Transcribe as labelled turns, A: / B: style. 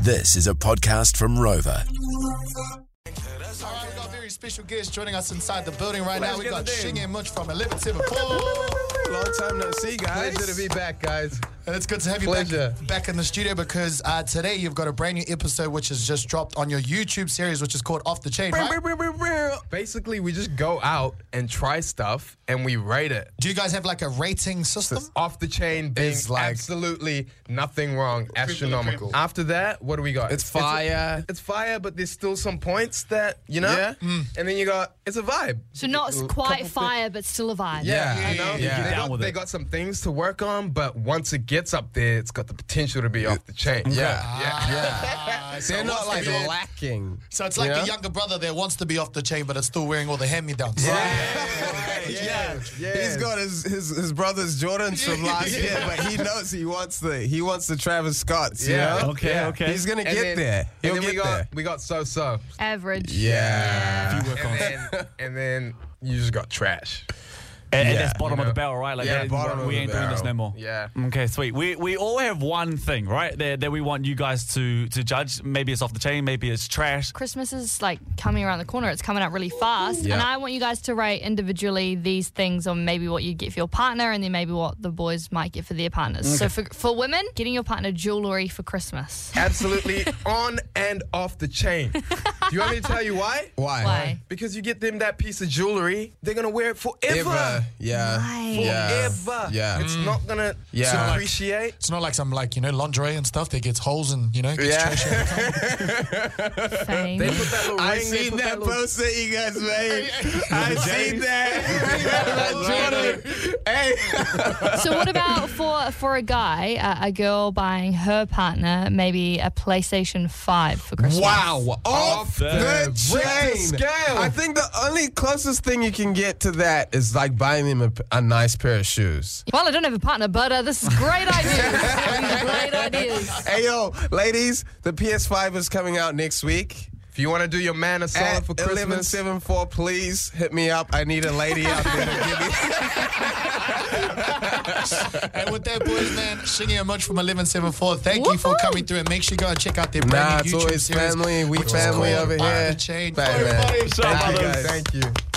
A: This is a podcast from Rover.
B: All right, we got very special guests joining us inside the building right
C: Let's
B: now. We
C: get
B: got
C: it in.
B: Shing and Much from 1174.
C: Long time no see, guys.
D: Pleasure to be back, guys.
B: and it's good to have you
D: Pleasure.
B: back, back in the studio because uh, today you've got a brand new episode which has just dropped on your YouTube series, which is called Off the Chain. Right?
C: Basically, we just go out and try stuff and we rate it.
B: Do you guys have like a rating system?
C: It's off the chain, being
B: It's like-
C: absolutely nothing wrong, astronomical. After that, what do we got? It's
D: fire.
C: It's, fire, but there's still some points that you know. Mm.
D: Yeah.
C: And then you got it's a vibe.
E: So not s-
C: Couple
E: quite
C: thi-
E: fire, but still a vibe.
C: Yeah,
D: Yeah,
C: you know,
D: yeah, yeah.
C: They,
D: Down
C: got, they got some things to work on, but once it gets up there, it's got the potential to be off the chain.
D: Yeah.
C: yeah.
B: Yeah. so
D: They're not
B: what's
D: like
B: the-
D: lacking.
B: So it's like
D: Yeah.
B: the younger brother that wants to be off the chain, but it's still wearing all the hand-me-downs.
D: Yeah.
F: He's got his, his his brother's Jordans from last year, but he knows he wants the he wants the Travis Scotts. you
C: Yeah.
F: know?
C: Okay,
F: okay. He's gonna
C: And
F: get
C: then-
F: there. He'll
C: and then
F: get
C: we got
F: there.
C: we got so so.
E: Average.
F: Yeah.
C: and, then, and then you just got trash.
G: And, and
F: Yeah.
G: that's bottom
C: You
G: of the
C: know.
G: barrel, right? Like,
F: Yeah,
G: that-
F: bottom of
G: we
F: the
G: ain't doing this
F: barrel.
G: no more.
C: Yeah.
G: Okay, sweet. We we all have one thing, right? That, that we want you guys to to judge. Maybe it's off the chain. Maybe it's trash.
E: Christmas is like coming around the corner. It's coming up really fast. And I want you guys to rate individually these things on maybe what you get for your partner and then maybe what the boys might get for their partners. So for, for women, getting your partner jewelry for Christmas.
C: Absolutely on and off the chain. Do you want me to tell you why?
F: Why?
E: Why?
C: Because you get them that piece of jewelry, they're gonna wear it forever.
F: Ever. Yeah.
E: Nice.
F: Yeah.
C: Forever.
F: Yeah.
C: It's not gonna
F: Yeah.
C: so
F: Like-
C: appreciate.
B: It's not like some like, you know, lingerie and stuff that gets holes and, you know, gets
C: Yeah.
B: trash out.
E: Fame.
C: They put that little
F: I
C: ring. they
F: seen
C: put
F: that
C: little-
F: post that you guys made. I seen that. Jordan. Hey.
E: so what about for for a guy, uh, a girl buying her partner maybe a PlayStation 5 for Christmas?
F: Wow. Off
G: the
F: the chain.
C: scale.
F: I think the only closest thing you can get to that is like buying them a, a nice pair of shoes.
E: Well, I don't have a partner, but uh, this is great ideas. great ideas.
F: Hey yo, ladies, the PS5 is coming out next week.
C: If you wanna do your man a solid
F: At
C: for Christmas,
F: 1174, please hit me up. I need a lady out there to give me.
B: And with that, boys, man, Shingy and Much from 1174, thank you for
E: Woohoo!
B: coming through and make sure you go and check out their brand
F: Nah,
B: new
F: it's
B: YouTube
F: always
B: series.
F: family. We
B: which is
F: family
B: called
F: over
B: Off the
F: here.
B: Chain.
F: Bang, man.
B: Everybody,
F: Thank you,
G: brothers.
F: guys.
C: thank you.